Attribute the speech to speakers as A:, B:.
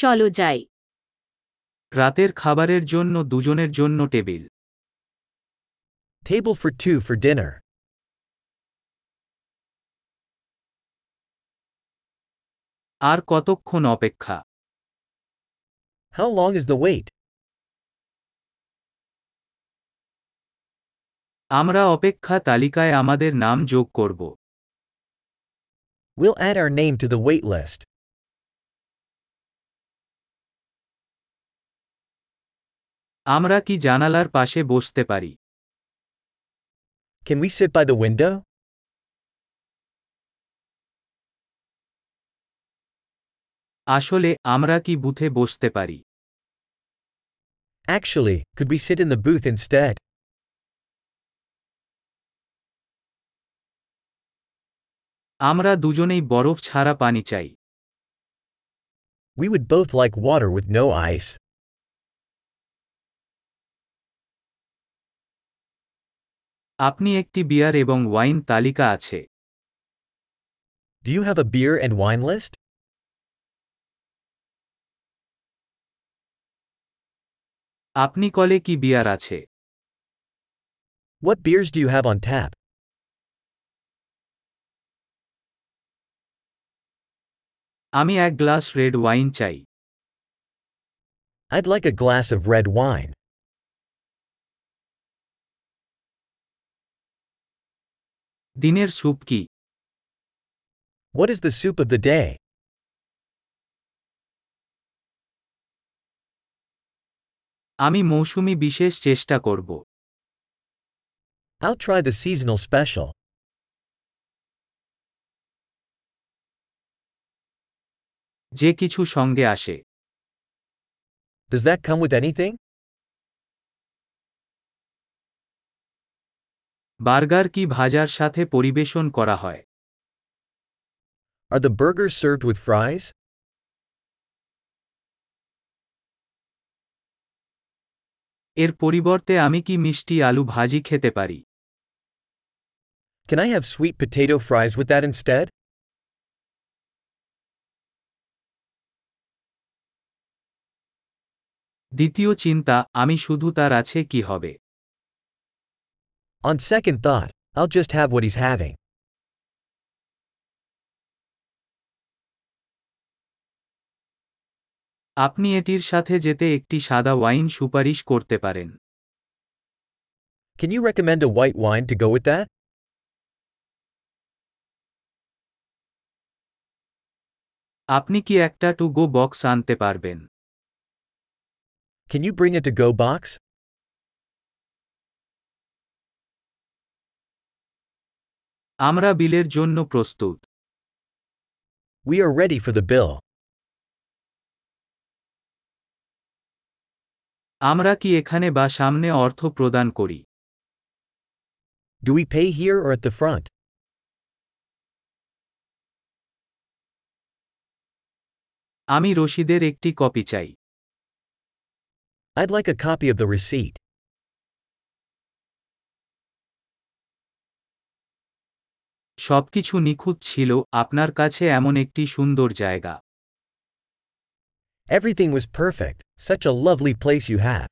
A: চলো যাই
B: রাতের খাবারের জন্য দুজনের জন্য table
C: Table for two for dinner.
B: আর কতক্ষণ অপেক্ষা
C: How long is the wait?
B: আমরা অপেক্ষা তালিকায় আমাদের নাম যোগ করব
C: We'll add our name to the wait list.
B: আমরা কি জানালার পাশে বসতে পারি
C: Can we sit by the window?
B: আসলে আমরা কি বুথে বসতে পারি
C: Actually, could we sit in the booth instead?
B: আমরা দুজনেই বরফ ছাড়া পানি চাই
C: We would both like water with no ice.
B: আপনি একটি বিয়ার এবং ওয়াইন তালিকা আছে
C: Do you have a beer and wine list?
B: আপনি কলে কি বিয়ার আছে
C: What beers do you have on tap?
B: আমি এক গ্লাস রেড ওয়াইন চাই
C: I'd like a glass of red wine.
B: দিনের স্যুপ কি
C: What is the soup of the day?
B: আমি মৌসুমি বিশেষ চেষ্টা করব
C: I'll try the seasonal special.
B: যে কিছু সঙ্গে আসে
C: Does that come with anything?
B: Burger কি ভাজার সাথে পরিবেশন করা হয়
C: Are the burgers served with fries?
B: এর পরিবর্তে আমি কি মিষ্টি আলু ভাজি খেতে পারি
C: Can I have sweet potato fries with that instead?
B: দ্বিতীয় চিন্তা আমি শুধু তার আছে কি হবে
C: On second thought, I'll just have what he's having.
B: আপনি এটির সাথে যেতে একটি সাদা ওয়াইন সুপারিশ করতে পারেন
C: Can you recommend a white wine to go with that?
B: আপনি কি একটা টু গো বক্স আনতে পারবেন
C: Can you bring a to go box?
B: আমরা বিলের জন্য প্রস্তুত
C: We are ready for the bill.
B: আমরা কি এখানে বা সামনে অর্থ প্রদান করি
C: Do we pay here or at the front?
B: আমি রসিদের একটি কপি চাই
C: I'd like a copy of the receipt.
B: সবকিছু নিখুঁত ছিল আপনার কাছে এমন একটি সুন্দর জায়গা
C: Everything was perfect, such a lovely place you have.